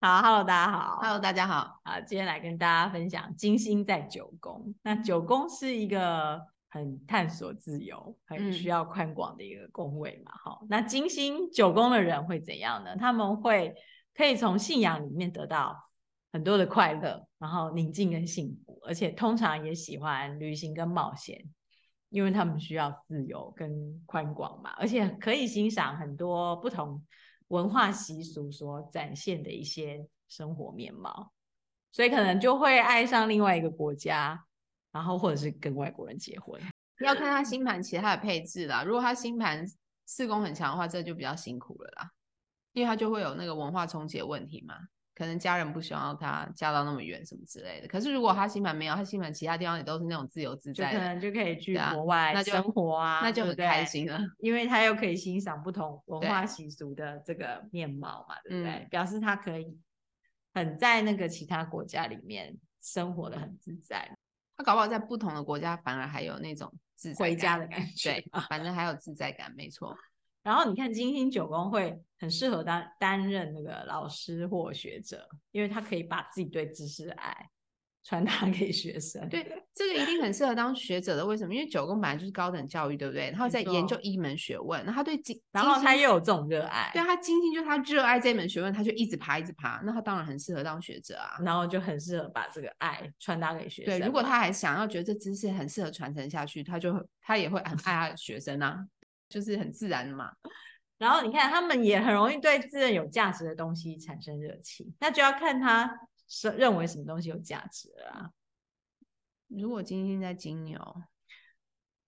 好，Hello，大家好 Hello，大家好。啊，今天来跟大家分享金星在九宫。那九宫是一个很探索自由、很嗯需要宽广的一个宫位嘛，哈、那金星九宫的人会怎样呢？他们会可以从信仰里面得到很多的快乐，然后宁静跟幸福，而且通常也喜欢旅行跟冒险，因为他们需要自由跟宽广嘛，而且可以欣赏很多不同文化习俗所展现的一些生活面貌，所以可能就会爱上另外一个国家，然后或者是跟外国人结婚。要看他星盘其他的配置啦，如果他星盘四宫很强的话，这就比较辛苦了啦，因为他就会有那个文化冲击的问题嘛，可能家人不希望他嫁到那么远什么之类的。可是如果他星盘没有，他星盘其他地方也都是那种自由自就在可的，能就可以去对啊国外那就生活啊，那就对很不对开，心了。因为他又可以欣赏不同文对化习俗的这个面貌嘛，对不对？嗯表示他可以很在那个其他国家里面生活的很自在，他搞不好在不同的国家反而还有那种自在回感家的感觉。对，反正还有自在感，没错。然后你看金星九宫会很适合担担任那个老师或学者，因为他可以把自己对知识的爱传达给学生。对，这个一定很适合当学者的。为什么？因为九宫本来就是高等教育，对不对？然后没在研究错一门学问，然后他对金，然金后他星又有这种热爱，对他金星就是他热爱这门学问，他就一直爬，一直爬。那他当然很适合当学者啊。然后就很适合把这个爱传达给学生对，嘛。如果他还想要觉得这知识很适合传承下去，他就会他也会很爱他的学生啊，就是很自然的嘛。然后你看，他们也很容易对自认有价值的东西产生热情，那就要看他是认为什么东西有价值了啊。如果金星在金牛，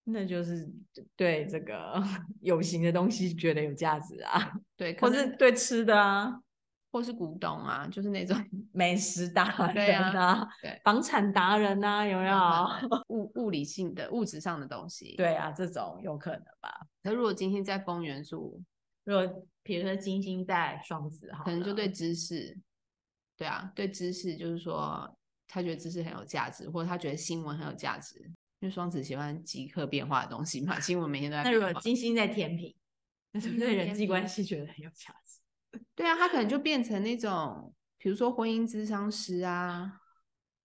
那就是对这个 有形的东西觉得有价值啊，对，可或是能对吃的啊、或是古董啊，就是那种美食达对人啊啊、对嗯房产达人啊，有没有？ 物物理性的物质上的东西。，对啊，这种有可能吧。可如果金星在风元素，如果比如说金星在双子，好了，可能就对知识，对啊，对知识就是说他觉得知识很有价值，或者他觉得新闻很有价值，因为双子喜欢即刻变化的东西嘛，新闻每天都在那如变果化。金星在天平，那就对人天际关平系觉得很有价值。对啊，他可能就变成那种，比如说婚姻咨商师啊，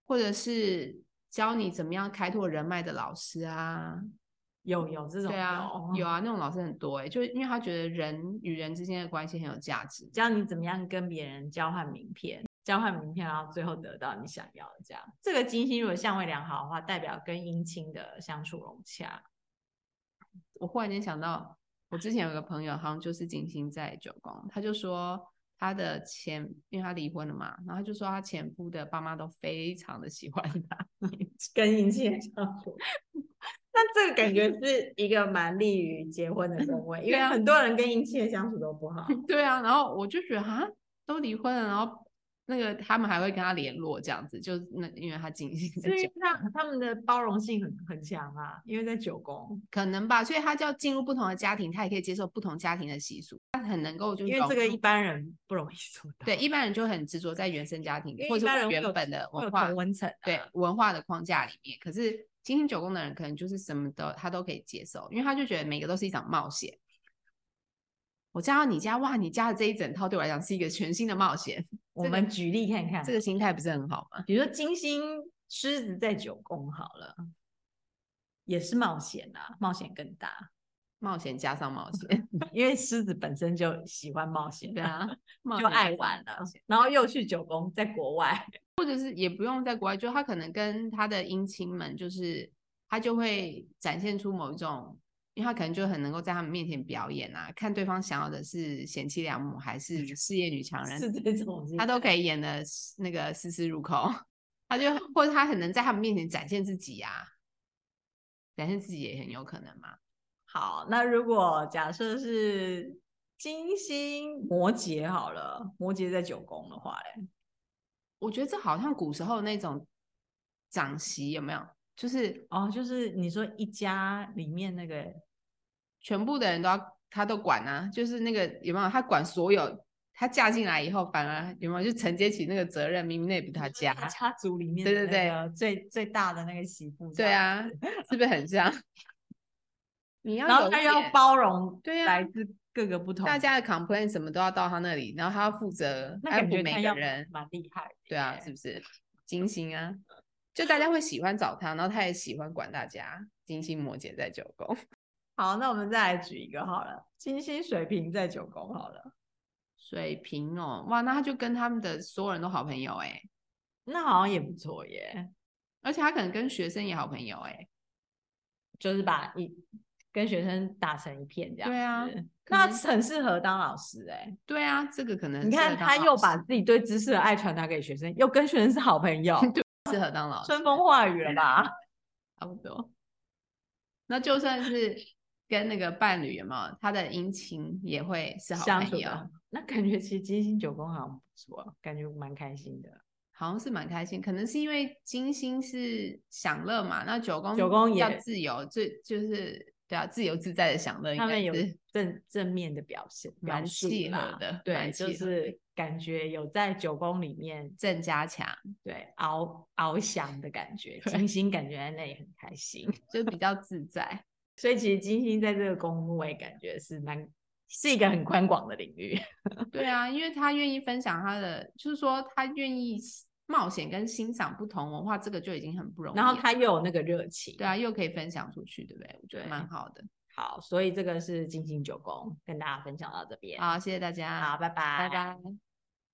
或者是教你怎么样开拓人脉的老师啊，有有这种对啊，有有哦啊，那种老师很多哎、就是因为他觉得人与人之间的关系很有价值。教你怎么样跟别人交换名片，交换名片，然后最后得到你想要的。这样，这个金星如果相位良好的话，代表跟姻亲的相处融洽。我忽然间想到，我之前有个朋友，好像就是金星在九宫，他就说他的前，因为他离婚了嘛，然后他就说他前夫的爸妈都非常的喜欢他， 跟姻亲的相处，那这个感觉是一个蛮利于结婚的宫 位，因为对啊很多人跟姻亲的相处都不 好。对啊，然后我就觉得哈，都离婚了，然后那个他们还会跟他联络这样子，就是那因为他金星在所以九，他他们的包容性很很强啊，因为在九宫，可能吧，所以他就要进入不同的家庭，他也可以接受不同家庭的习俗，他很能够就是因为这融个入一般人不容易做到。对一般人就很执着在原生家庭因为或一者般人我会原有本的会有文化同温层、啊，对文化的框架里面。可是金星九宫的人可能就是什么都他都可以接受，因为他就觉得每个都是一场冒险。我嫁到你家，哇，你家的这一整套对我来讲是一个全新的冒险，我这个们举例看看啊，这个心态不是很好吗？比如说金星狮子在九宫好了，也是冒险啊，冒险更大，冒险加上冒 险，因为狮子本身就喜欢冒险，嗯对，啊，冒就险加爱上玩冒了险，然后又去九宫，在国外，就是也不用在国外，就他可能跟他的姻亲们，就是他就会展现出某一种，因为他可能就很能够在他们面前表演啊，看对方想要的是贤妻良母 还是事业女强人，是这种，他都可以演的那个丝丝入扣，他就或者他很能在他们面前展现自己啊，展现自己也很有可能嘛。好。那如果假设是金星摩羯好了，摩羯在九宫的话嘞，我觉得这好像古时候那种长媳有没有？就是哦，就是你说一家里面那个全部的人都要他都管啊，就是那个有没有？他管所有，他嫁进来以后反而有没有就承接起那个责任？明明那也不是他家，家族里面，对对对，最最大的那个媳妇，对，啊啊，是不是很像？你要 然后 有一他又要点包容对啊来自各个不同，大家的 complain 什么都要到他那里，然后他要负责那安感抚觉每他个要人。蛮厉害的，对啊，是，不是？金星啊，就大家会喜欢找他，然后他也喜欢管大家。金星摩羯在九宫， 好，那我们再来举一个好了，金星水瓶在九宫好了，水瓶哦，哇，那他就跟他们的所有人都好朋友哎、那好像也不错耶，而且他可能跟学生也好朋友哎、就是把一跟学生打成一片这样，对啊，可那能很适合当老师哎、对啊，这个可能你适合看，当他老又师把自己对知识的爱传达给学生，又跟学生是好朋 友，适合当老师，春风化雨了吧？差不多。那就算是跟那个伴侣有没有，他的殷勤也会是好相处朋的友，很好，那感觉其实金星九宫好像不错，感觉蛮开心的。好像是蛮开心。可能是因为金星是享乐嘛，那九宫九宫要也自由，最就是对啊，自由自在的享乐应他该们有 是正正面的表现，表蛮述契合啦的对，蛮就契合是感觉有在九宫里面正加强，对翱翱翔的感觉，对金星感觉在那里很开心， 就比较自在。所以其实金星在这个宫位感觉是蛮是一个很宽广的领域，对啊，因为他愿意分享他的，就是说他愿意冒险跟欣赏不同文化，这个就已经很不容易 了。然后他又有那个热情，对啊，又可以分享出去，对不对？我觉得对蛮好的。好，所以这个是金星九宫，跟大家分享到这边。好，谢谢大家，好，拜拜，拜拜。